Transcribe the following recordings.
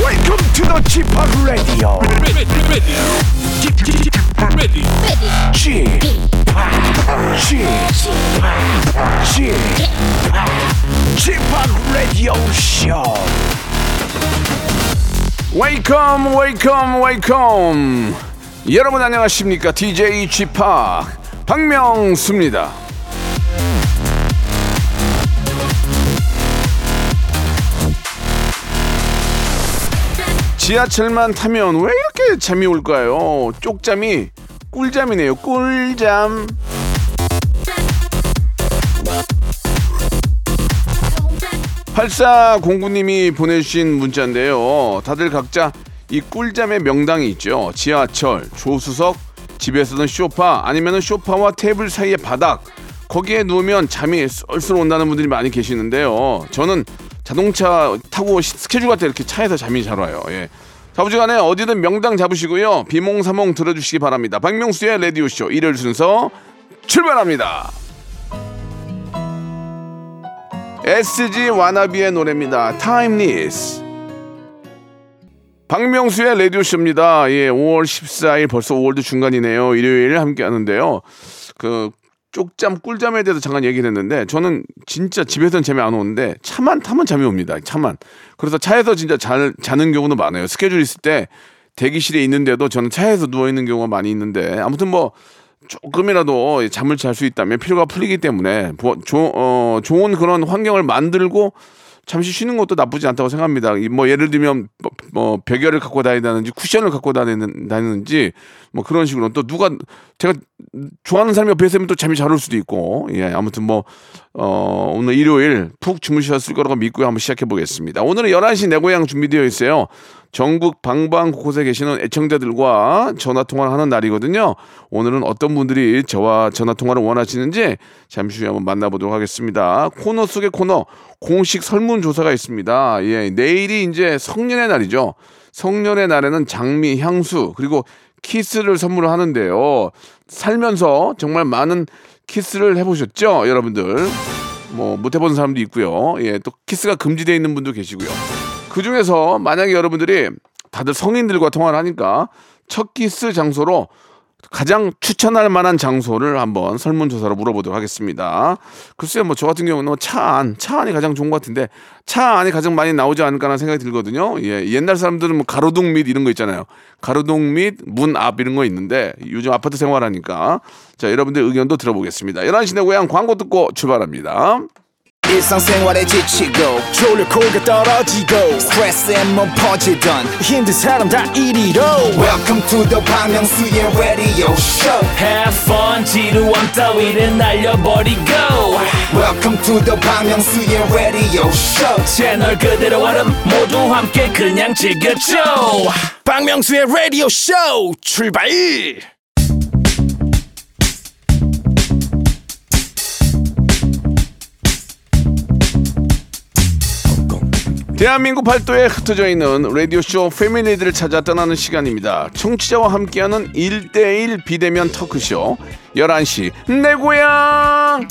Welcome to the Chip Radio. ready, ready, ready, ready. Chip, Chip, Chip, Chip Radio Show. Welcome, welcome, welcome. 여러분 안녕하십니까? DJ G 파 박명수입니다. 지하철만 타면 왜 이렇게 잠이 올까요? 쪽잠이 꿀잠이네요. 꿀잠. 팔사 공구님이 보내주신 문자인데요. 다들 각자 이 꿀잠의 명당이 있죠. 지하철, 조수석, 집에서는 쇼파, 아니면은 쇼파와 테이블 사이의 바닥. 거기에 누우면 잠이 쏠쏠 온다는 분들이 많이 계시는데요. 저는 자동차 타고 시- 스케줄 갈 때 이렇게 차에서 잠이 잘 와요. 예. 자부지간에 어디든 명당 잡으시고요. 비몽사몽 들어주시기 바랍니다. 박명수의 라디오쇼 일요일 순서 출발합니다. SG 와나비의 노래입니다. 타임리스. 박명수의 라디오쇼입니다. 예, 5월 14일 벌써 5월도 중간이네요. 일요일 함께 하는데요. 그 쪽잠 꿀잠에 대해서 잠깐 얘기를 했는데 저는 진짜 집에서는 잠이 안 오는데 차만 타면 잠이 옵니다. 차만. 그래서 차에서 진짜 자, 자는 경우도 많아요. 스케줄 있을 때 대기실에 있는데도 저는 차에서 누워 있는 경우가 많이 있는데 아무튼 뭐 조금이라도 잠을 잘 수 있다면 피로가 풀리기 때문에 보- 조- 어, 좋은 그런 환경을 만들고 잠시 쉬는 것도 나쁘지 않다고 생각합니다. 이뭐 예를 들면 뭐, 뭐 베개를 갖고 다니다든지 쿠션을 갖고 다니는, 다니는지 뭐 그런 식으로 또 누가 제가 좋아하는 사람이 옆에 있으면 또 잠이 잘 올 수도 있고 예 아무튼 뭐 어, 오늘 일요일 푹 주무셨을 거라고 믿고 한번 시작해 보겠습니다. 오늘은 11시 내 고향 준비되어 있어요. 전국 방방 곳곳에 계시는 애청자들과 전화 통화를 하는 날이거든요. 오늘은 어떤 분들이 저와 전화 통화를 원하시는지 잠시 후에 한번 만나보도록 하겠습니다. 코너 속의 코너 공식 설문 조사가 있습니다. 예, 내일이 이제 성년의 날이죠. 성년의 날에는 장미, 향수 그리고 키스를 선물을 하는데요. 살면서 정말 많은 키스를 해보셨죠, 여러분들? 뭐 못 해본 사람도 있고요. 예, 또 키스가 금지되어 있는 분도 계시고요. 그 중에서 만약에 여러분들이 다들 성인들과 통화를 하니까 첫 키스 장소로 가장 추천할 만한 장소를 한번 설문조사로 물어보도록 하겠습니다. 글쎄요, 뭐 저 같은 경우는 차 안, 차 안이 가장 좋은 것 같은데 차 안이 가장 많이 나오지 않을까라는 생각이 들거든요. 예, 옛날 사람들은 뭐 가로등 밑 이런 거 있잖아요. 가로등 밑, 문 앞 이런 거 있는데 요즘 아파트 생활하니까 자 여러분들 의견도 들어보겠습니다. 11시 내 고향 광고 듣고 출발합니다. 일상생활에 지치고, 졸려 코가 떨어지고, 스트레스에 몸 퍼지던, 힘든 사람 다 이리로. welcome to the Bang Myung-soo's radio show Have fun 지루함 따위를 날려버리고 welcome to the Bang Myung-soo's radio show 채널 그대로 얼음 모두 함께 그냥 즐겨줘 박명수의 라디오 쇼 출발! 대한민국 팔도에 흩어져 있는 라디오쇼 패밀리들을 찾아 떠나는 시간입니다. 청취자와 함께하는 1대1 비대면 터크쇼 11시 내 고향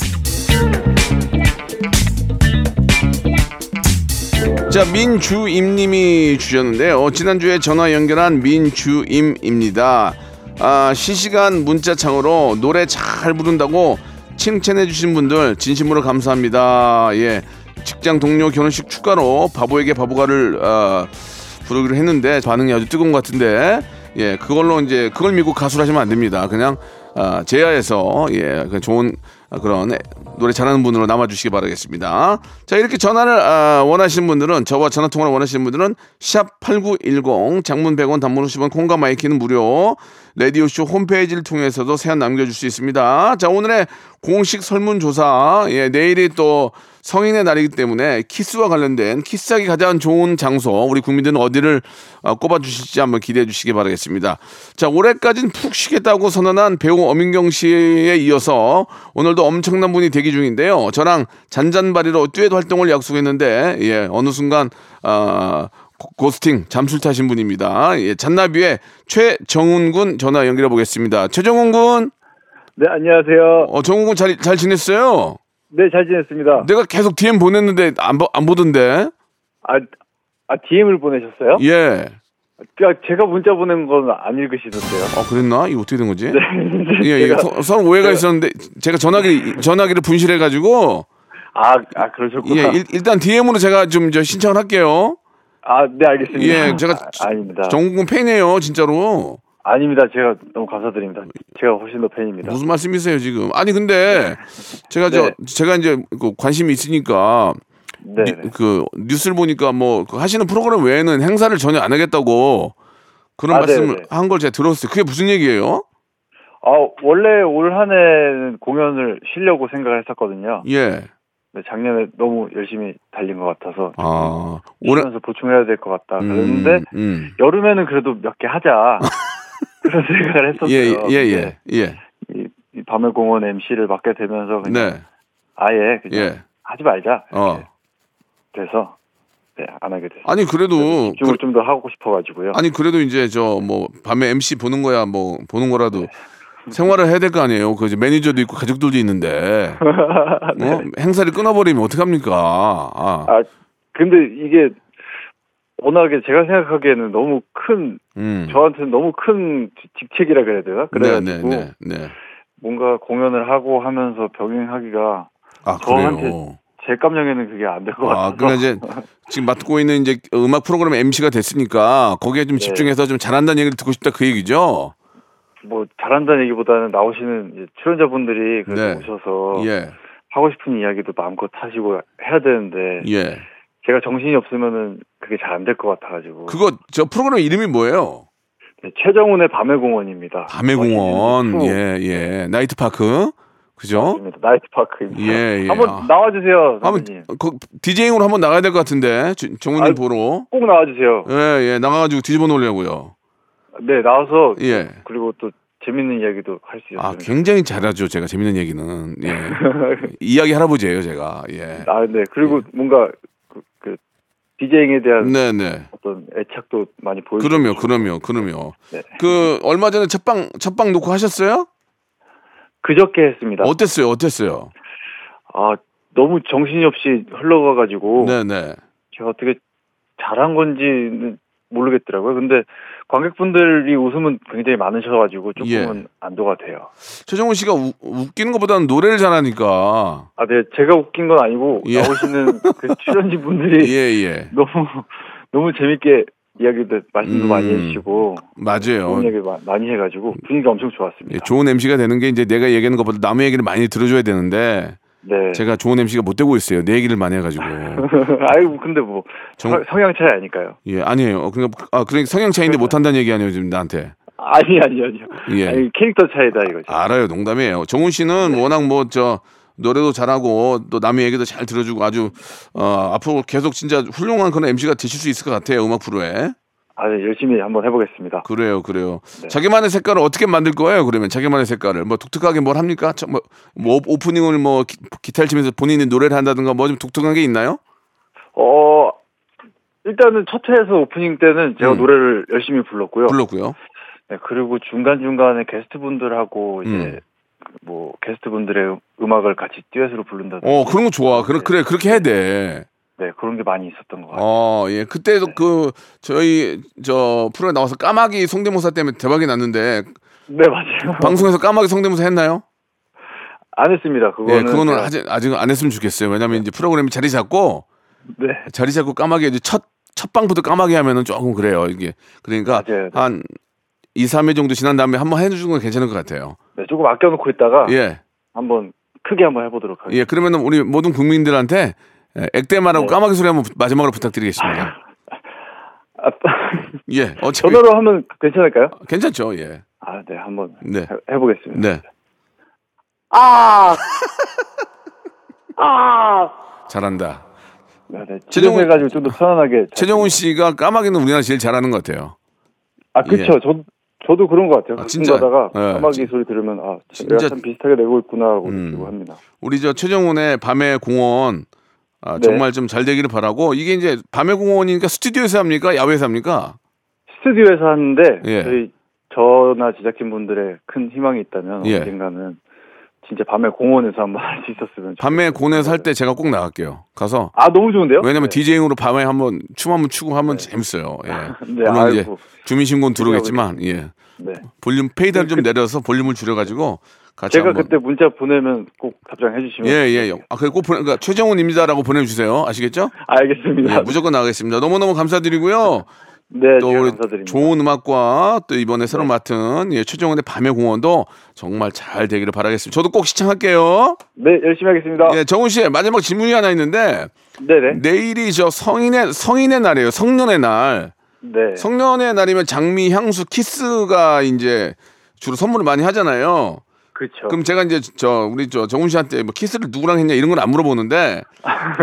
자 민주임님이 주셨는데요. 지난주에 전화 연결한 민주임입니다. 아, 실시간 문자창으로 노래 잘 부른다고 칭찬해주신 분들 진심으로 감사합니다. 예, 직장 동료 결혼식 축가로 바보에게 바보가를 아, 부르기로 했는데 반응이 아주 뜨거운 것 같은데 예, 그걸로 이제 그걸 믿고 가수를 하시면 안 됩니다. 그냥 아, 제야에서 예, 그 좋은 그런 노래 잘하는 분으로 남아주시기 바라겠습니다. 자 이렇게 전화를 아, 원하시는 분들은 저와 전화 통화를 원하시는 분들은 샵 #8910 장문 100원, 단문 50원, 콩과 마이키는 무료. 라디오 쇼 홈페이지를 통해서도 세안 남겨줄 수 있습니다. 자 오늘의 공식 설문조사 예, 내일이 또 성인의 날이기 때문에 키스와 관련된 키스하기 가장 좋은 장소 우리 국민들은 어디를 어, 꼽아주실지 한번 기대해 주시기 바라겠습니다. 자 올해까지는 푹 쉬겠다고 선언한 배우 엄인경 씨에 이어서 오늘도 엄청난 분이 대기 중인데요. 저랑 잔잔바리로 듀엣 활동을 약속했는데 예 어느 순간 아 고- 고스팅 잠수 타신 분입니다. 예, 잔나비의 최정훈 군 전화 연결해 보겠습니다. 최정훈 군, 네, 안녕하세요. 어, 정훈 군잘 잘 지냈어요? 네, 잘 지냈습니다. 내가 계속 DM 보냈는데 안, 보- 안 보던데. 아, 아, DM을 보내셨어요? 예. 그러니까 제가 문자 보낸 건 안 읽으시던데요. 아 그랬나? 이거 어떻게 된 거지? 예, 네. 제가- 네. 예. 서- 서로 오해가 있었는데 제가 전화기 전화기를 분실해 가지고 아, 아, 예, 그러셨구나. 일, 단 DM으로 제가 좀 저 신청을 할게요. 아, 네, 알겠습니다. 예, 제가 아, 닙니다 정국은 팬이에요, 진짜로. 아닙니다. 제가 너무 감사드립니다. 제가 훨씬 더 팬입니다. 무슨 말씀이세요, 지금? 아니 근데 제가 저 제가 이제 그 관심이 있으니까 네. 뉴- 그 뉴스를 보니까 뭐그 하시는 프로그램 외에는 행사를 전혀 안 하겠다고 그런 아, 말씀을 네네네. 한 걸 제가 들었어요. 그게 무슨 얘기예요? 아, 원래 올 한 해는 공연을 쉬려고 생각을 했었거든요. 예. 근데 작년에 너무 열심히 달린 것 같아서 아, 올해 쉬면서 보충해야 될 것 같다. 음, 그런데 음. 여름에는 그래도 몇 개 하자. 그런 생각을 예, 했었어요. 네. 예, 예, 예. 이, 이 밤의 공원 MC를 맡게 되면서 그냥 네. 아예 그냥 예. 하지 말자. 어. 그래서 네, 안 하게 됐어요. 아니 그래도 집중을 그- 네, 좀 더 하고 싶어가지고요. 아니 그래도 이제 저 뭐 밤에 MC 보는 거야 뭐 보는 네. 거라도 생활을 해야 될 거 아니에요. 그 이제 매니저도 있고 가족들도 있는데 어? 행사를 끊어버리면 어떡 합니까? 아, 네. 아 근데 이게 워낙에 제가 생각하기에는 너무 큰 음. 저한테는 너무 큰 지- 직책이라 그래야 되나? 네, 그래가지고 네, 네, 네. 뭔가 공연을 하고 하면서 병행하기가 아 저한테 그래요. 제 감정에는 그게 안 될 것 같아서. 아, 그러니까 이제 지금 맡고 있는 이제 음악 프로그램 MC가 됐으니까 거기에 네. 좀 집중해서 좀 잘한다는 얘기를 듣고 싶다 그 얘기죠. 뭐 잘한다는 얘기보다는 나오시는 이제 네. 출연자분들이 그래도 오셔서 예, 하고 싶은 이야기도 마음껏 하시고 해야 되는데 예. 제가 정신이 없으면은 그게 잘 안 될 것 같아가지고 그거 저 프로그램 이름이 뭐예요? 네, 최정훈의 밤의 공원입니다. 네, 밤의 공원, 어. 예, 예. 나이트 파크, 그죠? 나이트 파크입니다. 예, 예. 한번 아. 나와주세요, 한번 어, 선생님. 그 디제잉으로 한번 나가야 될 것 같은데 주- 정우님 아, 보러 꼭 나와주세요. 예예 나가가지고 뒤집어 놓으려고요 네, 나와서 예. 그리고 또 재밌는 이야기도 할 수 아 있어요. 굉장히 잘하죠 제가 재밌는 얘기는 예 이야기 할아버지예요 제가 예 아, 네. 그리고 뭔가 그, 그 디제잉에 대한 네네 어떤 애착도 많이 아, 보여. 그럼요 그럼요 그럼요 네. 그 얼마 전에 첫방 첫방 놓고 하셨어요 그저께 했습니다. 어땠어요 어땠어요 아, 너무 정신이 없이 흘러가가지고 네네 제가 어떻게 잘한 건지는 모르겠더라고요. 근데 관객분들이 웃음은 굉장히 많으셔가지고 조금은 예. 안도가 돼요. 최정훈 씨가 우- 웃기는 것보다는 노래를 잘하니까 아, 네, 제가 웃긴 건 아니고 예. 나오시는 그 출연진 분들이 예예 너무 너무 재밌게 이야기도 말씀도 음. 많이 해주시고 맞아요 좋은 얘기 마- 많이 해가지고 분위기가 엄청 좋았습니다. 예, 좋은 MC가 되는 게 이제 내가 얘기하는 것보다 남의 얘기를 많이 들어줘야 되는데 네. 제가 좋은 MC가 못 되고 있어요. 내 얘기를 많이 해가지고. 아이고 근데 뭐 정- 성- 성향 차이 아니까요. 예, 아니에요. 그러니까, 아, 그러니까 성향 차이인데 못 한다는 얘기 아니에요, 지금 나한테. 아니 아니 아니요. 예. 아니 캐릭터 차이다 이거죠. 알아요, 농담이에요. 정훈 씨는 워낙 뭐, 저, 노래도 잘하고 또 남의 얘기도 잘 들어주고 아주, 어, 앞으로 계속 진짜 훌륭한 그런 MC가 되실 수 있을 것 같아요, 음악 프로에. 아, 네, 열심히 한번 해보겠습니다. 그래요, 그래요. 자기만의 색깔을 어떻게 만들 거예요, 그러면? 자기만의 색깔을. 뭐, 독특하게 뭘 합니까? 참 뭐, 뭐 오- 오프닝을 뭐, 기, 기타를 치면서 본인이 노래를 한다든가 뭐 좀 독특한 게 있나요? 어 일단은 첫 회에서 오프닝 때는 제가 음. 노래를 열심히 불렀고요. 불렀고요. 네, 그리고 중간 중간에 게스트 분들하고 음. 이제 뭐 게스트 분들의 음악을 같이 듀엣으로 부른다든지 어, 그런 거 좋아. 그래, 그래, 그렇게 해야 돼. 네 그런 게 많이 있었던 것 네. 같아요. 어, 예. 그때도 그 저희 저 프로에 나와서 까마귀 성대모사 때문에 대박이 났는데 네 맞아요. 방송에서 까마귀 성대모사 했나요? 안 했습니다. 그거는 네. 예, 그거는 제가- 아직 아직 안 했으면 좋겠어요. 왜냐면 이제 프로그램이 자리 잡고 네. 자리 잡고 까마귀 이제 첫 첫방부터 까마귀 하면은 조금 그래요. 이게 그러니까 맞아요. 한 2, 3회 정도 지난 다음에 한번 해 주는 건 괜찮은 것 같아요. 네, 조금 아껴놓고 있다가 예. 한번 크게 한번 해보도록 하겠습니다. 예. 그러면은 우리 모든 국민들한테 예, 액땜하라고 네. 까마귀 소리 한번 부- 마지막으로 부탁드리겠습니다. 아, 예. 어차피 전화로 하면 괜찮을까요? 괜찮죠. 예. 아, 네, 한번 네. 해- 해보겠습니다. 네. 아, 아, 잘한다. 네, 네. 최종훈- 해가지고 좀 더 편안하게. 잘- 최정훈 씨가 까마귀는 우리나라 제일 잘하는 것 같아요. 아, 그쵸. 예. 저 저도 그런 것 같아요. 아, 가끔 진짜요? 가다가 예, 까마귀 진- 소리 들으면 아, 진짜- 음. 내가 참 비슷하게 내고 있구나라고 느끼고 합니다. 우리 저 최정훈의 밤의 공원 아, 네. 정말 좀 잘 되기를 바라고 이게 이제 밤의 공원이니까 스튜디오에서 합니까 야외에서 합니까? 스튜디오에서 하는데 예. 저희 저나 제작진 분들의 큰 희망이 있다면 예. 언젠가는 진짜 밤에 공원에서 한번 할 수 있었으면. 밤에 좋겠어요. 고뇌 살때 제가 꼭 나갈게요. 가서 아 너무 좋은데요? 왜냐면 네. 디제잉으로 밤에 한번 춤 한번 추고 하면 재밌어요. 예. 네, 물론 이제 아이고. 주민신고는 들어오겠지만 예. 네. 그 볼륨 페이드를 좀 내려서 볼륨을 줄여가지고 같이 제가 한번 그때 문자 보내면 꼭 답장해 주시면. 예예 아 그래 꼭 보내 그러니까 최정훈입니다라고 보내주세요 아시겠죠? 알겠습니다. 예, 무조건 나가겠습니다. 너무 너무 감사드리고요. 네, 또 제가 우리 감사드립니다. 네. 좋은 음악과 또 이번에 새로 맡은 예, 최정훈의 밤의 공원도 정말 잘 되기를 바라겠습니다. 저도 꼭 시청할게요. 네, 열심히 하겠습니다. 예, 정훈 씨 마지막 질문이 하나 있는데 네네. 내일이 저 성인의 성인의 날이에요. 성년의 날. 네. 성년의 날이면 장미, 향수, 키스가 이제 주로 선물을 많이 하잖아요. 그렇죠. 그럼 제가 이제 저 우리 저 정훈 씨한테 뭐 키스를 누구랑 했냐 이런 건 안 물어보는데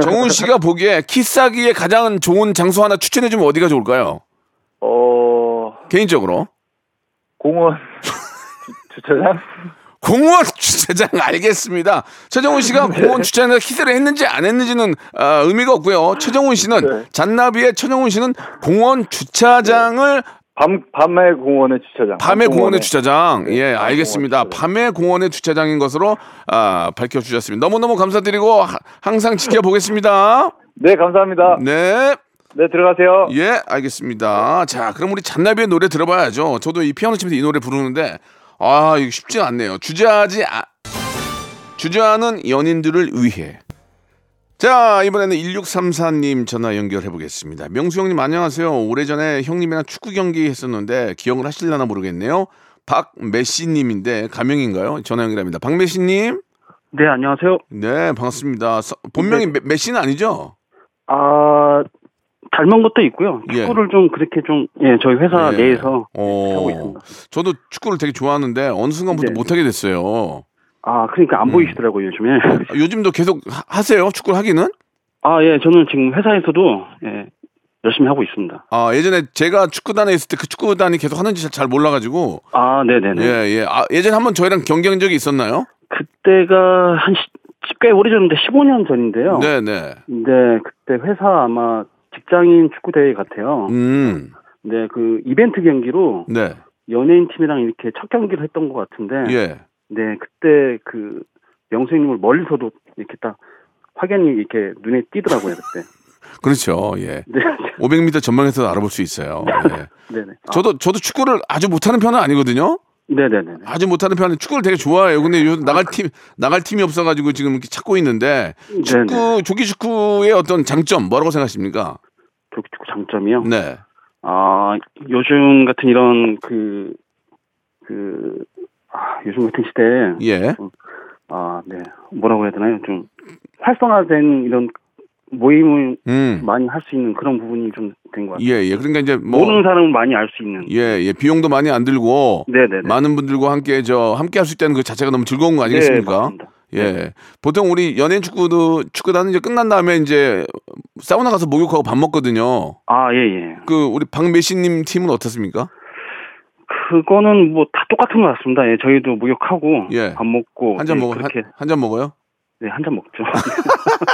정훈 씨가 보기에 키스하기에 가장 좋은 장소 하나 추천해 주면 어디가 좋을까요? 어 개인적으로 공원 주- 주차장. 공원 주차장 알겠습니다. 최정훈 씨가 네. 공원 주차장에서 키스를 했는지 안 했는지는 아, 의미가 없고요. 최정훈 씨는 네. 잔나비의 최정훈 씨는 공원 주차장을 밤 밤의 공원의 주차장. 밤의 공원의 네. 아, 주차장. 밤공원에. 네, 예, 밤 알겠습니다. 공원의 주차장. 밤의 공원의 주차장인 것으로 아, 밝혀주셨습니다. 너무너무 감사드리고 하- 항상 지켜보겠습니다. 네, 감사합니다. 네, 네. 들어가세요. 예, 알겠습니다. 자, 그럼 우리 잔나비의 노래 들어봐야죠. 저도 이 피아노 치면서 이 노래 부르는데, 아, 이거 쉽지 가 않네요. 주저하지, 아, 주저하는 연인들을 위해. 자, 이번에는 1634님 전화 연결해 보겠습니다. 명수 형님 안녕하세요. 오래전에 형님이랑 축구 경기 했었는데 기억을 하실려나 모르겠네요. 박메시 님인데 가명인가요? 전화 연결합니다. 박메시 님. 네, 안녕하세요. 네, 반갑습니다. 서- 본명이 메- 메시는 아니죠? 아, 닮은 것도 있고요. 예. 축구를 좀 그렇게 좀, 예, 저희 회사 예. 내에서 어. 하고 있습니다. 저도 축구를 되게 좋아하는데 어느 순간부터 네. 못하게 됐어요. 아, 그러니까 음. 안 보이시더라고요, 요즘에. 아, 요즘도 계속 하- 하세요? 축구를 하기는? 아, 예, 저는 지금 회사에서도, 예, 열심히 하고 있습니다. 아 예전에 제가 축구단에 있을 때 그 축구단이 계속 하는지 잘- 잘 몰라가지고 아, 네네네. 예예 아 예전에 한번 저희랑 경기한 적이 있었나요? 그때가 한 시, 꽤 오래전인데, 15년 전인데요. 네네 근데 그때 회사 아마 직장인 축구대회 같아요. 음네예 네. 네, 그 이벤트 경기로 연예인 팀이랑 이렇게 첫 경기를 했던 예. 것 같은데. 네, 그때 그 영수님을 멀리서도 이렇게 딱 확연히 이렇게 눈에 띄더라고요 그때. 그렇죠 예 네, 500m 전망에서 알아볼 수 있어요. 예. 네네. 아, 저도 저도 축구를 아주 못하는 편은 아니거든요. 네네네. 아주 못하는 편은 축구를 되게 좋아해요. 근데 요즘 나갈 그 팀 나갈 팀이 없어가지고 지금 이렇게 찾고 있는데 축구 조기 축구의 어떤 장점 뭐라고 생각하십니까? 조기 축구 장점이요. 네. 아 요즘 같은 이런 그 그. 아, 요즘 같은 시대에, 예. 아, 네. 뭐라고 해야 되나요? 좀, 활성화된 이런 모임을 음. 많이 할 수 있는 그런 부분이 좀 된 것 같아요. 예, 예. 그러니까 이제 뭐 모르는 사람은 많이 알 수 있는. 예, 예. 비용도 많이 안 들고 네네네. 많은 분들과 함께 저 함께 할 수 있다는 그 자체가 너무 즐거운 거 네, 아니겠습니까? 맞습니다. 예. 보통 우리 연예인 축구도 축구단은 이제 끝난 다음에 이제 사우나 가서 목욕하고 밥 먹거든요. 아, 예, 예. 그 우리 박매신님 팀은 어떻습니까? 그거는 뭐 다 똑같은 것 같습니다. 예, 저희도 목욕하고 예. 밥 먹고 한 잔 예, 먹어 그렇게 한 잔 먹어요? 네, 한 잔 먹죠.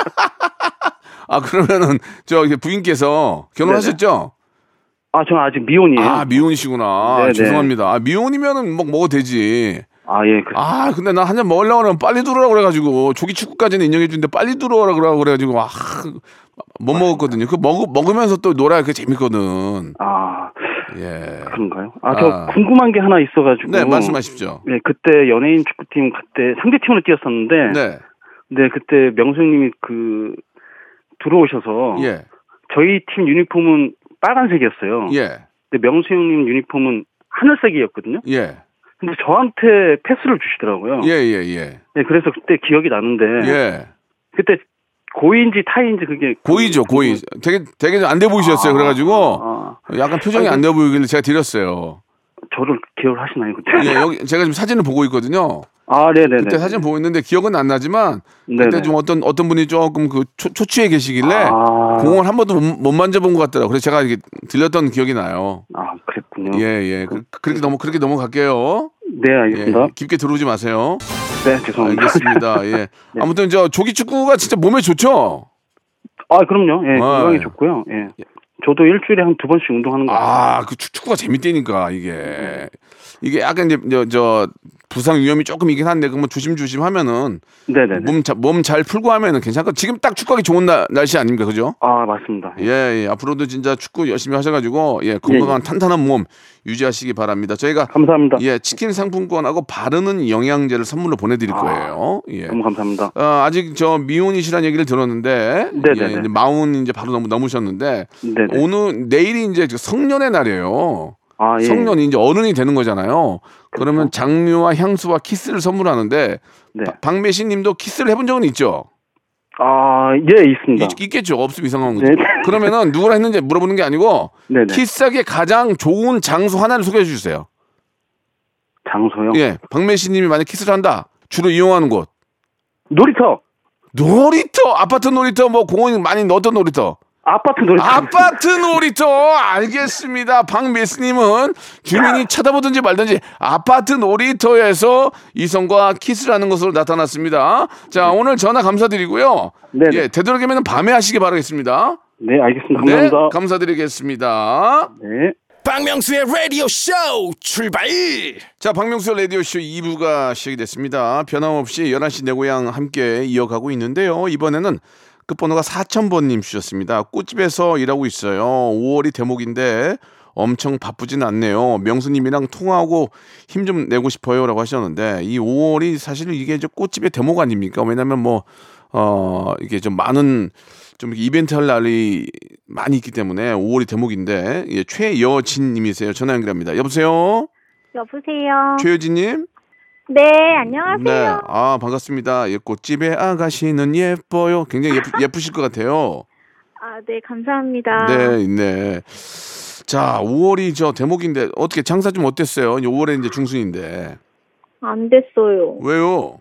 아 그러면은 저 이제 부인께서 결혼하셨죠? 아, 저는 아직 미혼이에요. 아 미혼이시구나. 아, 네네. 죄송합니다. 아, 미혼이면은 뭐 먹어도 되지. 아, 예. 그, 아 근데 나 한 잔 먹으려고 그러면 빨리 들어오라 그래가지고 조기 축구까지는 인정해 주는데 빨리 들어오라 그러고 그래가지고 아못 먹었거든요. 그 먹, 먹으면서 또 놀아야 그게 재밌거든. 아, 예. 그런가요? 아, 저 아. 궁금한 게 하나 있어가지고. 네 말씀하십시오. 네, 그때 연예인 축구팀 그때 상대팀으로 뛰었었는데, 네, 네. 그때 명수님이 그 들어오셔서 예. 저희 팀 유니폼은 빨간색이었어요. 예. 근데 명수 형님 유니폼은 하늘색이었거든요. 예. 근데 저한테 패스를 주시더라고요. 예. 예. 네, 그래서 그때 기억이 예. 나는데 예. 그때 고인지 타인지 그게 고의죠 고의. 되게 되게 안 돼 보이셨어요. 그래가지고 아, 약간 표정이 안 돼 보이길래 제가 드렸어요. 저를 기억을 하시나요 그때? 예, 여기 제가 지금 사진을 보고 있거든요. 아 네네네. 그때 사진 보고 있는데 기억은 안 나지만 그때 네네. 좀 어떤 어떤 분이 조금 그 초, 초취해 계시길래 아. 공을 한 번도 못, 못 만져본 것 같더라고. 그래서 제가 이게 들렸던 기억이 나요. 아 그랬군요. 예, 예. 그, 렇게 넘어 그렇게 넘어갈게요. 네 예. 알겠습니다. 깊게 들어오지 마세요. 네 죄송합니다. 알겠습니다. 네. 예. 아무튼 저 조기 축구가 진짜 몸에 좋죠. 아 그럼요. 예 아, 건강에 예. 좋고요. 예. 저도 일주일에 한 두 번씩 운동하는 거. 같아요. 아, 그 축- 축구가 재밌다니까 이게 이게 약간 이제 저, 저 부상 위험이 조금 있긴 한데 그러면 조심조심 하면은 네네. 몸몸 잘 풀고 하면은 괜찮고 지금 딱 축구하기 좋은 날, 날씨 아닙니까 그죠? 아 맞습니다. 예, 예. 앞으로도 진짜 축구 열심히 하셔가지고 예 건강한 네. 탄탄한 몸 유지하시기 바랍니다. 저희가 감사합니다. 예 치킨 상품권하고 바르는 영양제를 선물로 보내드릴 아. 거예요. 예. 너무 감사합니다. 어, 아직 저 미혼이시란 얘기를 들었는데 네네네. 예, 이제 마흔 이제 바로 넘, 넘으셨는데 네네. 오늘 내일이 이제 그 성년의 날이에요. 아 예. 그렇죠. 성년이 이제 어른이 되는 거잖아요. 그러면 장미와 향수와 키스를 선물하는데 네. 바- 박매신님도 키스를 해본 적은 있죠? 아예 있습니다. 있, 겠죠 없으면 이상한 거죠. 네. 그러면은 누구랑 했는지 물어보는 게 아니고 네네. 키스하기에 가장 좋은 장소 하나를 소개해 주세요. 장소요. 예, 박매신님이 만약 키스를 한다. 주로 이용하는 곳. 놀이터. 놀이터, 아파트 놀이터, 뭐 공원 많이 넣었던 놀이터. 아파트 놀이터. 아파트 놀이터 알겠습니다. 박매스님은 주민이 쳐다보든지 말든지 아파트 놀이터에서 이성과 키스를 하는 것으로 나타났습니다. 자 오늘 전화 감사드리고요. 네. 네네. 예, 되도록이면 밤에 하시기 바라겠습니다. 네 알겠습니다. 감사합니다. 네, 감사드리겠습니다. 네. 박명수의 라디오 쇼 출발! 자, 박명수 라디오쇼 2부가 시작이 됐습니다. 변함없이 11시 내 고향 함께 이어가고 있는데요. 이번에는 끝번호가 4000번님 주셨습니다. 꽃집에서 일하고 있어요. 5월이 대목인데 엄청 바쁘진 않네요. 명수님이랑 통화하고 힘 좀 내고 싶어요. 라고 하셨는데 이 5월이 사실 이게 이제 꽃집의 대목 아닙니까? 왜냐면 뭐, 어, 이게 좀 많은 좀 이렇게 이벤트 할 날이 많이 있기 때문에 5월이 대목인데 예, 최여진님이세요. 전화 연결합니다. 여보세요? 여보세요. 최유진님. 네, 안녕하세요. 네. 아 반갑습니다. 예, 꽃집에 아가씨는 예뻐요. 굉장히 예쁘, 예쁘실 것 같아요. 아, 네, 감사합니다. 네, 네. 자, 5월이 저 대목인데 어떻게 장사 좀 어땠어요? 이제 5월에 이제 중순인데 안 됐어요. 왜요?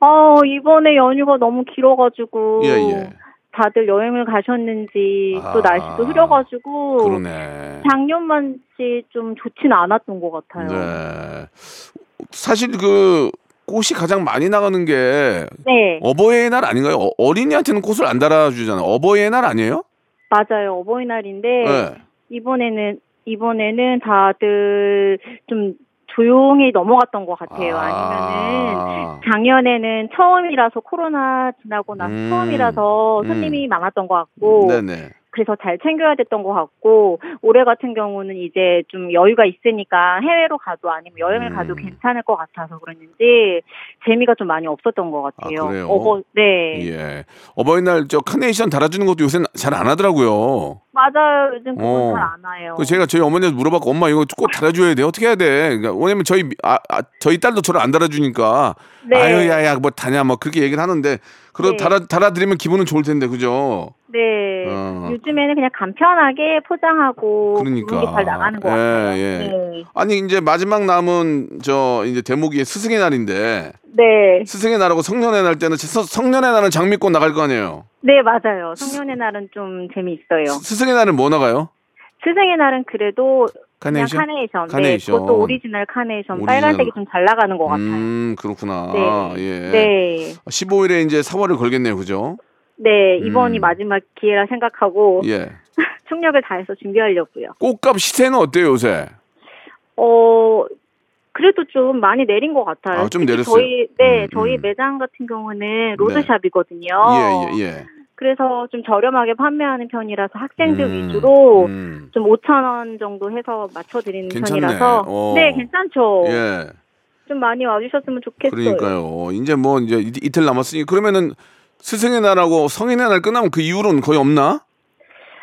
아, 이번에 연휴가 너무 길어가지고 예, 예. 다들 여행을 가셨는지 아, 또 날씨도 흐려가지고 그러네. 작년만치 좀 좋진 않았던 것 같아요. 네. 사실 그 꽃이 가장 많이 나가는 게 네, 어버이 날 아닌가요? 어, 어린이한테는 꽃을 안 달아주잖아요. 어버이 날 아니에요? 맞아요. 어버이날인데 네. 이번에는 이번에는 다들 좀 조용히 넘어갔던 것 같아요. 아니면은 작년에는 처음이라서 코로나 지나고 나서 음. 처음이라서 음. 손님이 많았던 것 같고 네네. 그래서 잘 챙겨야 됐던 것 같고 올해 같은 경우는 이제 좀 여유가 있으니까 해외로 가도 아니면 여행을 음. 가도 괜찮을 것 같아서 그랬는지 재미가 좀 많이 없었던 것 같아요. 아, 그래요? 어버- 네 예. 어버이날 저 카네이션 달아주는 것도 요새 잘 안 하더라고요. 맞아요. 요즘 어. 그건 잘 안 와요. 그 제가 저희 어머니한테 물어봤고 엄마 이거 꼭 달아줘야 돼 어떻게 해야 돼? 그러니까 왜냐면 저희 미- 아, 아, 저희 딸도 저를 안 달아주니까 네. 아유야야 뭐 다냐 뭐 그렇게 얘기를 하는데 그래도 네. 달아 달아드리면 기분은 좋을 텐데 그죠? 네 어. 요즘에는 그냥 간편하게 포장하고 그러니까. 뭐 그런 게 잘 나가는 것 예, 같아요. 예. 네. 아니 이제 마지막 남은 저 이제 대목이 스승의 날인데 네. 스승의 날하고 성년의 날 때는 서- 성년의 날은 장미꽃 나갈 거 아니에요? 네, 맞아요. 성년의 날은 좀 재미있어요. 스- 스승의 날은 뭐 나가요? 스승의 날은 그래도 그냥 카네이션. 카네이션. 카네이션. 네, 그것도 오리지널 카네이션. 오리지널. 빨간색이 좀 잘 나가는 것 같아요. 음 그렇구나. 네. 예. 네. 15일에 이제 사활을 걸겠네요, 그죠? 네, 음. 이번이 마지막 기회라 생각하고 예. 충력을 다해서 준비하려고요. 꽃값 시세는 어때요 요새? 어, 그래도 좀 많이 내린 것 같아요. 아, 좀 특히 내렸어요? 저희, 네, 음, 저희 음. 매장 같은 경우는 로드샵이거든요. 예, 예, 예. 그래서 좀 저렴하게 판매하는 편이라서 학생들 음, 위주로 음. 좀 5천 원 정도 해서 맞춰드리는 괜찮네. 편이라서 어. 네 괜찮죠. 예. 좀 많이 와주셨으면 좋겠어요. 그러니까요. 이제 뭐 이제 이, 이틀 남았으니 그러면은 스승의 날하고 성인의 날 끝나면 그 이후로는 거의 없나?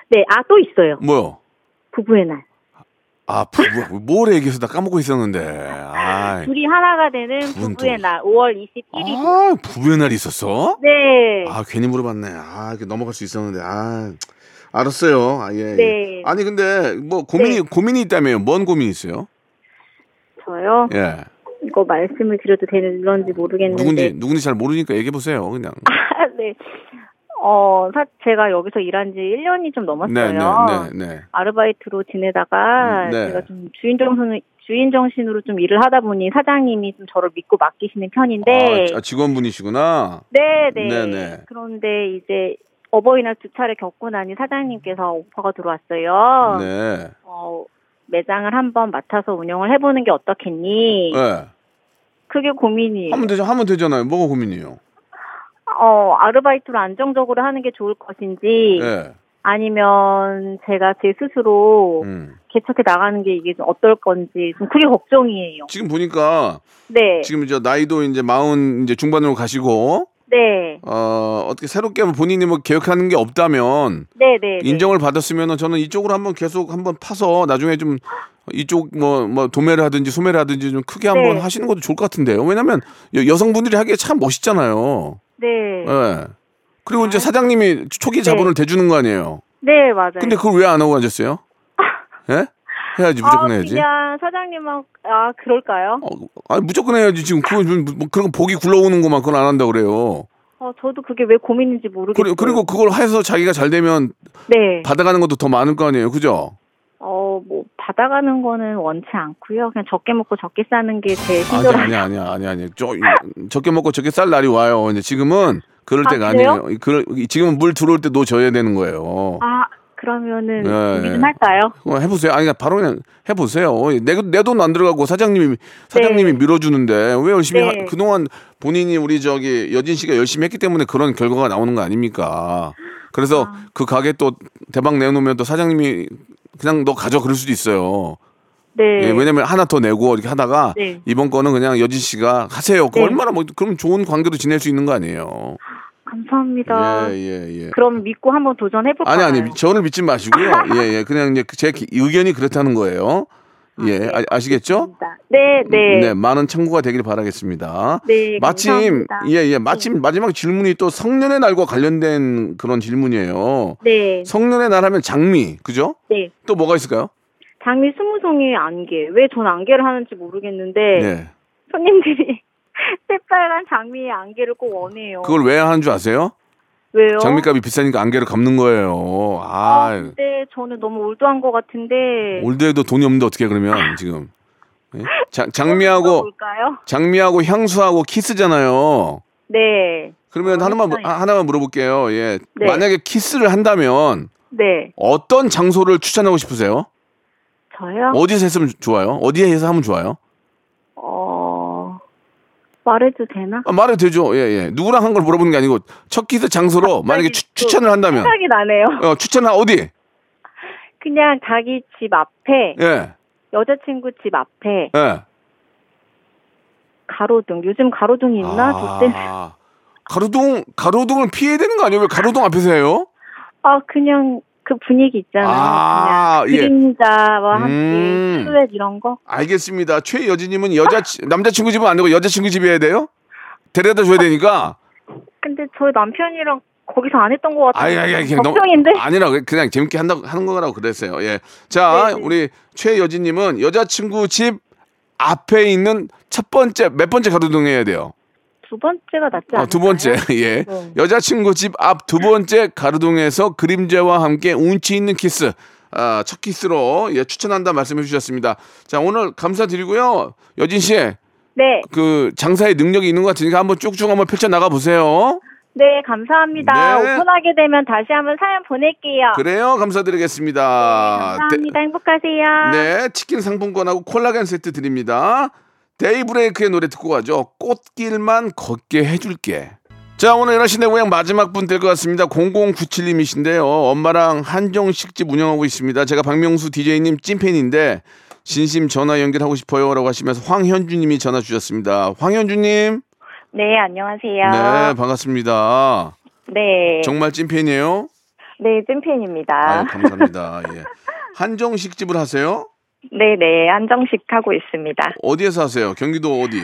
네, 아 또 있어요. 뭐요? 부부의 날. 아, 부부, 뭘 얘기해서 나 까먹고 있었는데. 아, 둘이 하나가 되는 부부는 부부의 또- 날, 5월 21일. 아, 부부의 날이 있었어? 네. 아, 괜히 물어봤네. 아, 이렇게 넘어갈 수 있었는데. 아, 알았어요. 아, 예. 예. 네. 아니 근데 뭐 고민이 네. 고민이 있다며요. 뭔 고민이 있어요? 저요. 예. 이거 말씀을 드려도 되는 건지 모르겠는데. 누군지 누군지 잘 모르니까 얘기해 보세요. 그냥. 아, 네. 어, 사, 제가 여기서 일한 지 1년이 좀 넘었어요. 네, 네, 네, 네. 아르바이트로 지내다가 음, 네. 제가 좀 주인 정신 주인 정신으로 좀 일을 하다 보니 사장님이 좀 저를 믿고 맡기시는 편인데. 아, 아, 직원분이시구나. 네, 네. 네네. 그런데 이제 어버이날 두 차례 겪고 나니 사장님께서 오퍼가 들어왔어요. 네. 어, 매장을 한번 맡아서 운영을 해보는 게 어떻겠니? 네. 그게 고민이에요. 하면 되죠. 하면 되잖아요. 뭐가 고민이에요? 어, 아르바이트를 안정적으로 하는 게 좋을 것인지 예. 아니면 제가 제 스스로 음. 개척해 나가는 게 이게 좀 어떨 건지 좀 그게 걱정이에요. 지금 보니까 네. 지금 이제 나이도 이제 마흔 이제 중반으로 가시고 네. 어 어떻게 새롭게 한번 본인이 뭐 계획하는 게 없다면 네, 네. 네. 인정을 받았으면은 저는 이쪽으로 한번 계속 한번 파서 나중에 좀 이쪽 뭐 뭐 도매를 하든지 소매를 하든지 좀 크게 한번 네. 하시는 것도 좋을 것 같은데요. 왜냐면 여, 여성분들이 하기에 참 멋있잖아요. 네. 예. 그리고 이제 사장님이 초기 자본을 대주는 거 아니에요. 아. 네, 맞아요. 근데 그걸 왜 안 하고 앉았어요? 예? 해야지 아, 무조건 해야지. 그냥 사장님하고 아, 그럴까요? 어, 아니 무조건 해야지 지금 그거 좀 뭐, 그런 거 보기 굴러오는구만 그건 안 한다 그래요. 어, 저도 그게 왜 고민인지 그리고 모르겠어요. 그리고 그걸 해서 자기가 잘 되면 네. 받아가는 것도 더 많을 거 아니에요, 그죠? 어, 뭐 받아가는 거는 원치 않고요. 그냥 적게 먹고 적게 싸는 게 제 아니 신조라. 아니 아니 아니 아니 저 이- 적게 먹고 적게 쌀 날이 와요. 이제 지금은 그럴 아, 때가 아, 니에 그래요? 요 그, 지금은 물 들어올 때 놓져야 되는 거예요. 아, 그러면은 네. 준비 좀 할까요? 어, 해보세요. 아니 그냥 바로 그냥 해보세요. 내내 돈 안 들어가고 사장님이 사장님이 밀어주는데 왜 열심히 네. 하- 그동안 본인이 우리 저기 여진 씨가 열심히 했기 때문에 그런 결과가 나오는 거 아닙니까? 그래서 그 가게 또 대박 내놓으면 또 사장님이 그냥 너 가져 그럴 수도 있어요. 네. 예, 왜냐면 하나 더 내고 이렇게 하다가 네. 이번 거는 그냥 여진 씨가 하세요. 그 네. 얼마나 뭐 그럼 좋은 관계도 지낼 수 있는 거 아니에요. 감사합니다. 예, 예, 예. 그럼 믿고 한번 도전해 볼까요? 아니 아니 저를 믿지 마시고요. 예, 예. 그냥 이제 제 기- 의견이 그렇다는 거예요. 예, 아, 아시겠죠? 네, 네. 네. 많은 참고가 되길 바라겠습니다. 네, 음, 마침 감사합니다. 네. 예, 예. 마침 마지막 질문이 또 성년의 날과 관련된 그런 질문이에요. 네. 성년의 날 하면 장미, 그죠? 네. 또 뭐가 있을까요? 장미 스무 송이 안개. 왜 전 안개를 하는지 모르겠는데 예. 손님들이 새빨간 장미의 안개를 꼭 원해요. 그걸 왜 하는 줄 아세요? 왜요? 장미값이 비싸니까 안개를 감는 거예요. 아, 네. 아, 근데 저는 너무 올드한 것 같은데. 올드에도 돈이 없는데 어떻게 그러면 지금 예? 자- 장미하고 볼까요? 장미하고 향수하고 키스잖아요. 네. 그러면 어, 하나만 물- 했어요. 아, 하나만 물어볼게요. 예, 네. 만약에 키스를 한다면 네. 어떤 장소를 추천하고 싶으세요? 저요? 어디서 했으면 좋아요? 어디에서 하면 좋아요? 어. 말해도 되나? 아, 말해도 되죠. 예, 예. 누구랑 한 걸 물어보는 게 아니고 첫 키스 장소로 만약에 추, 또 추천을 한다면 생각이 나네요. 어, 추천은 어디? 그냥 자기 집 앞에 예, 여자친구 집 앞에 예. 가로등 요즘 가로등이 있나? 도대체 아, 가로등 가로등을 피해야 되는 거 아니에요? 왜 가로등 앞에서 해요? 아 그냥 그 분위기 있잖아요. 아, 그냥 예. 그림자와 음. 함께 실루엣 이런 거. 알겠습니다. 최여진님은 여자 남자친구 집은 아니고 여자친구 집이어야 돼요? 데려다 줘야 되니까. 근데 저희 남편이랑 거기서 안 했던 것 같아요. 아이 아이 아이 그냥 걱정인데. 아니라 그냥 재밌게 한다 하는 거라고 그랬어요. 예. 자 네. 우리 최여진님은 여자친구 집 앞에 있는 첫 번째 몇 번째 가로등 해야 돼요? 두 번째가 낫지 않나요? 아, 두 번째 예 네. 여자친구 집 앞 두 번째 가로등에서 그림자와 함께 운치 있는 키스 아, 첫 키스로 예 추천한다 말씀해 주셨습니다. 자 오늘 감사드리고요 여진 씨 네, 그 장사의 능력이 있는 것 같으니까 한번 쭉쭉 한번 펼쳐 나가 보세요. 네 감사합니다. 네. 오픈하게 되면 다시 한번 사연 보낼게요. 그래요. 네, 감사드리겠습니다. 네. 감사합니다. 행복하세요. 데- 네, 치킨 상품권하고 콜라겐 세트 드립니다. 데이브레이크의 노래 듣고 가죠. 꽃길만 걷게 해줄게. 자, 오늘 이러신 내 고향 마지막 분 될 것 같습니다. 0097님이신데요. 엄마랑 한정식집 운영하고 있습니다. 제가 박명수 DJ님 찐팬인데 진심 전화 연결하고 싶어요. 라고 하시면서 황현주님이 전화 주셨습니다. 황현주님. 네, 안녕하세요. 네, 반갑습니다. 네, 정말 찐팬이에요? 네, 찐팬입니다. 아유, 감사합니다. 예. 한정식 집을 하세요? 네, 네, 한정식 하고 있습니다. 어디에서 하세요? 경기도 어디?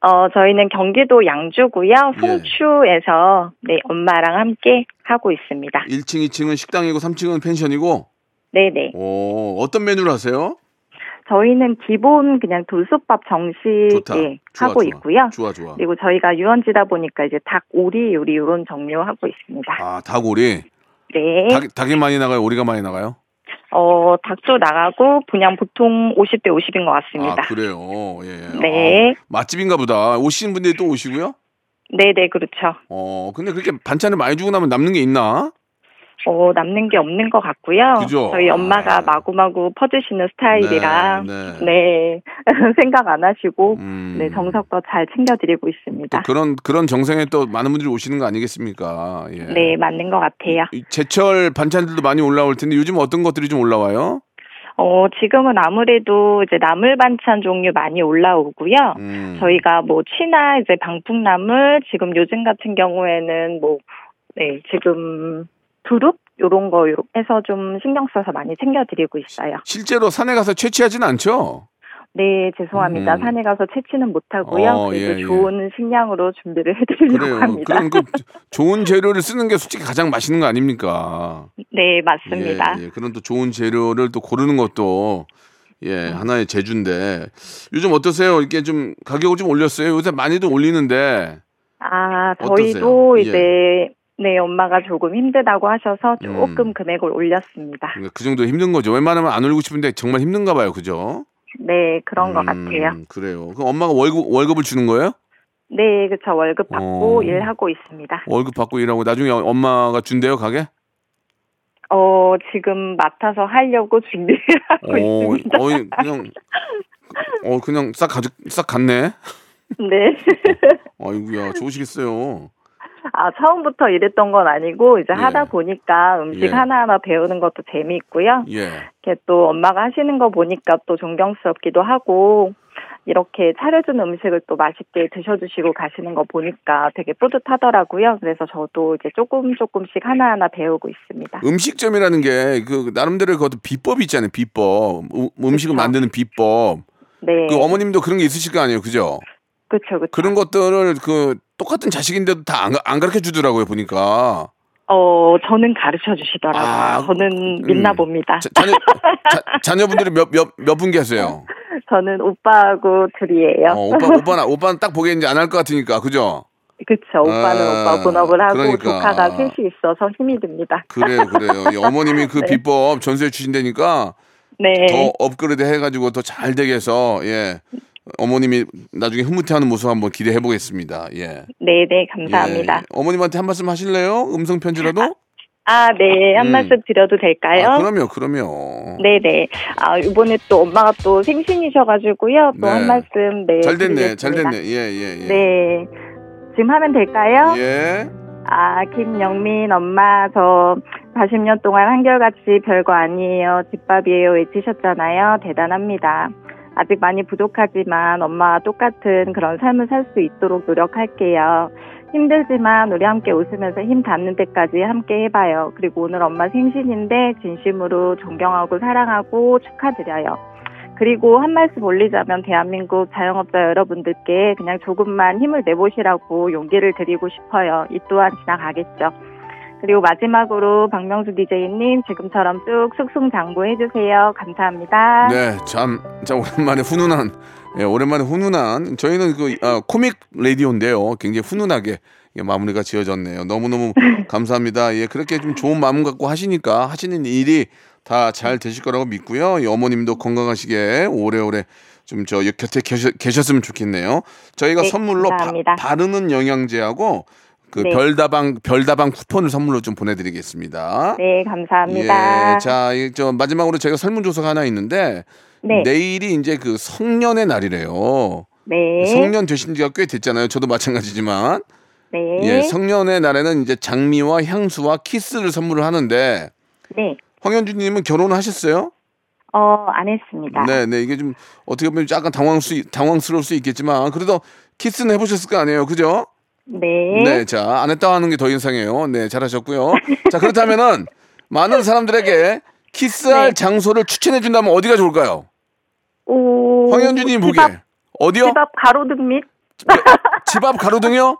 어, 저희는 경기도 양주고요. 예. 송추에서 네, 엄마랑 함께 하고 있습니다. 1층, 2층은 식당이고 3층은 펜션이고. 네, 네. 오, 어떤 메뉴를 하세요? 저희는 기본 그냥 돌솥밥 정식 좋다. 예, 좋아, 하고 좋아. 있고요. 네. 좋아, 좋아. 그리고 저희가 유원지다 보니까 이제 닭 오리 요리 이런 종류 하고 있습니다. 아, 닭오리. 네. 닭, 닭이 많이 나가요? 오리가 많이 나가요? 어, 닭도 나가고 그냥 보통 50대 50인 것 같습니다. 아, 그래요. 예. 예. 네. 아, 맛집인가 보다. 오시는 분들이 또 오시고요. 네, 네, 그렇죠. 어, 근데 그렇게 반찬을 많이 주고 나면 남는 게 있나? 어, 남는 게 없는 것 같고요. 그죠? 저희 엄마가 아. 마구마구 퍼주시는 스타일이라 네, 네, 생각 안 하시고 음. 네 정성껏 잘 챙겨드리고 또 있습니다. 그런 그런 정성에 또 많은 분들이 오시는 거 아니겠습니까? 예. 네 맞는 것 같아요. 이 제철 반찬들도 많이 올라올 텐데 요즘 어떤 것들이 좀 올라와요? 어 지금은 아무래도 이제 나물 반찬 종류 많이 올라오고요. 음. 저희가 뭐 취나 이제 방풍나물 지금 요즘 같은 경우에는 뭐 네 지금 두릅 요런 거 요렇게 해서 좀 신경 써서 많이 챙겨드리고 있어요. 실제로 산에 가서 채취하진 않죠? 네, 죄송합니다. 음. 산에 가서 채취는 못하고요. 어, 그래도 예, 예. 좋은 식량으로 준비를 해드리려고 그래요. 합니다. 그런 그 좋은 재료를 쓰는 게 솔직히 가장 맛있는 거 아닙니까? 네, 맞습니다. 예, 예. 그런 또 좋은 재료를 또 고르는 것도 예 음. 하나의 재주인데 요즘 어떠세요? 이렇게 좀 가격을 좀 올렸어요. 요새 많이도 올리는데 아, 어떠세요? 저희도 예. 이제 네 엄마가 조금 힘들다고 하셔서 조금 음. 금액을 올렸습니다. 그 정도 힘든 거죠. 웬만하면 안 울고 싶은데 정말 힘든가 봐요, 그죠? 네, 그런 것 음, 같아요. 그래요. 그럼 엄마가 월급 월급을 주는 거예요? 네, 그쵸 월급 받고 어. 일하고 있습니다. 월급 받고 일하고 나중에 엄마가 준대요 가게? 어, 지금 맡아서 하려고 준비를 하고 어, 있습니다. 어이, 그냥 어 그냥 싹 가득 싹 갔네. 네. 아이구야 좋으시겠어요. 아, 처음부터 이랬던 건 아니고 이제 예. 하다 보니까 음식 예. 하나하나 배우는 것도 재미있고요. 예. 이렇게 또 엄마가 하시는 거 보니까 또 존경스럽기도 하고 이렇게 차려준 음식을 또 맛있게 드셔주시고 가시는 거 보니까 되게 뿌듯하더라고요. 그래서 저도 이제 조금 조금씩 하나하나 배우고 있습니다. 음식점이라는 게 그 나름대로 그것도 비법이 있잖아요. 비법. 음, 음식을 그쵸. 만드는 비법. 그렇죠. 네, 그 어머님도 그런 게 있으실 거 아니에요. 그죠? 그렇죠, 그렇죠. 그런 것들을 그 똑같은 자식인데도 다 안 가르쳐 주더라고요. 보니까. 어, 저는 가르쳐 주시더라고요. 아, 음. 저는 믿나 봅니다. 자, 자녀 자, 자녀분들이 몇 몇 몇 분 계세요? 저는 오빠하고 둘이에요. 어, 오빠 오빠는 오빠는 딱 보기엔 이제 안 할 것 같으니까. 그죠? 그쵸. 오빠는 아, 오빠 본업을 하고 그러니까. 조카가 셋이 있어서 힘이 듭니다. 그래요. 그래요. 이 어머님이 그 네. 비법 전수해 주신다니까 네. 더 업그레이드 해 가지고 더 잘 되게 해서 예. 어머님이 나중에 흐뭇해하는 모습 한번 기대해 보겠습니다. 예. 네네, 감사합니다. 예, 예. 어머님한테 한 말씀 하실래요? 음성 편지라도? 아, 네. 한 음. 말씀 드려도 될까요? 아, 그럼요, 그럼요. 네네. 아, 이번에 또 엄마가 또 생신이셔가지고요. 또 네. 한 말씀, 네. 잘 됐네, 드리겠습니다. 잘 됐네. 예, 예, 예. 네. 지금 하면 될까요? 예. 아, 김영민 엄마, 저 40년 동안 한결같이 별거 아니에요. 집밥이에요. 외치셨잖아요. 대단합니다. 아직 많이 부족하지만 엄마와 똑같은 그런 삶을 살 수 있도록 노력할게요. 힘들지만 우리 함께 웃으면서 힘 닿는 데까지 함께 해봐요. 그리고 오늘 엄마 생신인데 진심으로 존경하고 사랑하고 축하드려요. 그리고 한 말씀 올리자면 대한민국 자영업자 여러분들께 그냥 조금만 힘을 내보시라고 용기를 드리고 싶어요. 이 또한 지나가겠죠. 그리고 마지막으로 박명수 DJ님 지금처럼 쭉 승승장구해주세요. 감사합니다. 네, 참, 참 오랜만에 훈훈한, 예, 오랜만에 훈훈한. 저희는 그 아, 코믹 라디오인데요, 굉장히 훈훈하게 예, 마무리가 지어졌네요. 너무 너무 감사합니다. 예, 그렇게 좀 좋은 마음 갖고 하시니까 하시는 일이 다 잘 되실 거라고 믿고요. 이 어머님도 건강하시게 오래오래 좀 저 곁에 계셨, 으면 좋겠네요. 저희가 네, 선물로 바, 감사합니다. 바르는 영양제하고 그 네. 별다방 별다방 쿠폰을 선물로 좀 보내드리겠습니다. 네, 감사합니다. 예, 자, 이 저 마지막으로 저희가 설문조사가 하나 있는데 네, 네, 내일이 이제 그 성년의 날이래요. 네, 성년 되신 지가 꽤 됐잖아요. 저도 마찬가지지만 네, 예, 성년의 날에는 이제 장미와 향수와 키스를 선물을 하는데 황현주님은 결혼하셨어요? 네. 어, 안 했습니다. 네, 네 이게 좀 어떻게 보면 약간 당황수 당황스러울 수 있겠지만 그래도 키스는 해보셨을 거 아니에요, 그죠? 네, 네, 자, 안 했다 하는 게 더 인상해요. 네, 잘하셨고요. 자, 그렇다면은 많은 사람들에게 키스할 네. 장소를 추천해 준다면 어디가 좋을까요? 오, 황현주님 보기 집앞, 어디요? 집앞 가로등 밑, 집 앞 가로등요?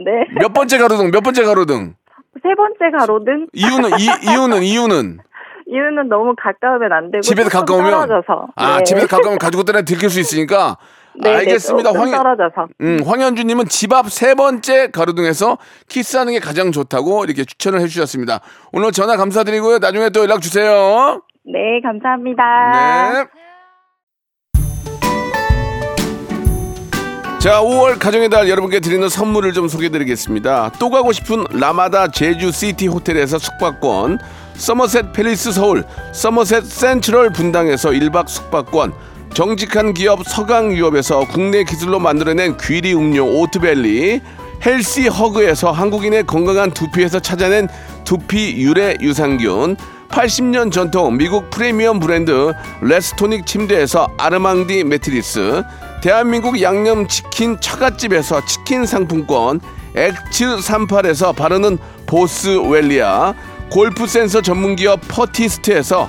네, 몇 번째 가로등? 몇 번째 가로등? 세 번째 가로등 이유는 이, 이유는 이유는 이유는 너무 가까우면 안 되고 집에서 조금 가까우면 떨어져서 아 네. 집에서 가까우면 가지고 때려 들킬 수 있으니까 네, 네, 알겠습니다. 조금 황현 떨어져서 음, 황현주님은 집 앞 세 번째 가로등에서 키스하는 게 가장 좋다고 이렇게 추천을 해주셨습니다. 오늘 전화 감사드리고요. 나중에 또 연락 주세요. 네 감사합니다. 네. 자, 5월 가정의 달 여러분께 드리는 선물을 좀 소개드리겠습니다. 또 가고 싶은 라마다 제주시티 호텔에서 숙박권, 서머셋 팰리스 서울, 서머셋 센트럴 분당에서 1박 숙박권, 정직한 기업 서강유업에서 국내 기술로 만들어낸 귀리 음료 오트밸리, 헬시 허그에서 한국인의 건강한 두피에서 찾아낸 두피 유래 유산균, 80년 전통 미국 프리미엄 브랜드 레스토닉 침대에서 아르망디 매트리스, 대한민국 양념치킨 처갓집에서 치킨 상품권, 엑츠38에서 바르는 보스웰리아, 골프센서 전문기업 퍼티스트에서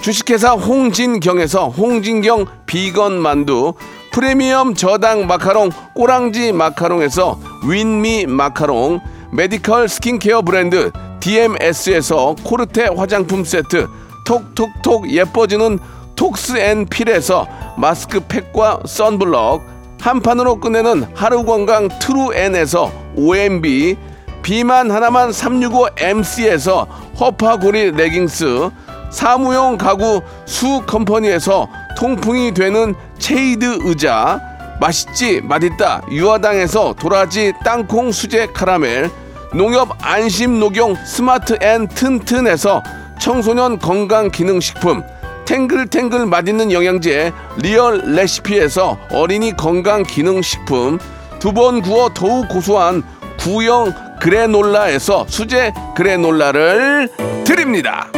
주식회사 홍진경에서 홍진경 비건 만두, 프리미엄 저당 마카롱 꼬랑지 마카롱에서 윈미 마카롱, 메디컬 스킨케어 브랜드 DMS에서 코르테 화장품 세트, 톡톡톡 예뻐지는 톡스앤필에서 마스크팩과 선블럭, 한 판으로 끝내는 하루 건강 트루엔에서 OMB, 비만 하나만 365MC에서 허파고리 레깅스, 사무용 가구 수 컴퍼니에서 통풍이 되는 체이드 의자, 맛있지 맛있다 유화당에서 도라지 땅콩 수제 카라멜, 농협 안심 녹용 스마트 앤 튼튼에서 청소년 건강 기능 식품 탱글탱글 맛있는 영양제 리얼 레시피에서 어린이 건강 기능 식품 두 번 구워 더욱 고소한 구형 그래놀라에서 수제 그래놀라를 드립니다.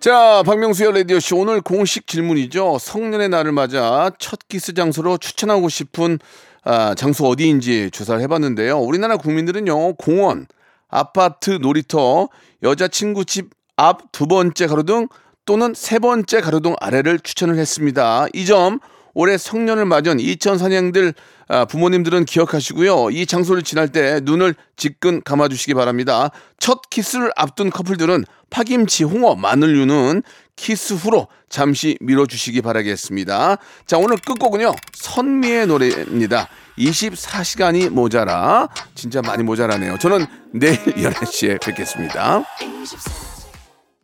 자, 박명수의 라디오 씨 오늘 공식 질문이죠. 성년의 날을 맞아 첫 키스 장소로 추천하고 싶은 아, 장소 어디인지 조사를 해봤는데요. 우리나라 국민들은요, 공원, 아파트 놀이터, 여자친구 집 앞 두 번째 가로등 또는 세 번째 가로등 아래를 추천을 했습니다. 이 점 올해 성년을 맞은 2천 사냥들 아, 부모님들은 기억하시고요. 이 장소를 지날 때 눈을 지끈 감아주시기 바랍니다. 첫 키스를 앞둔 커플들은 파김치, 홍어, 마늘류는 키스 후로 잠시 밀어주시기 바라겠습니다. 자, 오늘 끝곡은요. 선미의 노래입니다. 24시간이 모자라. 진짜 많이 모자라네요. 저는 내일 11시에 뵙겠습니다.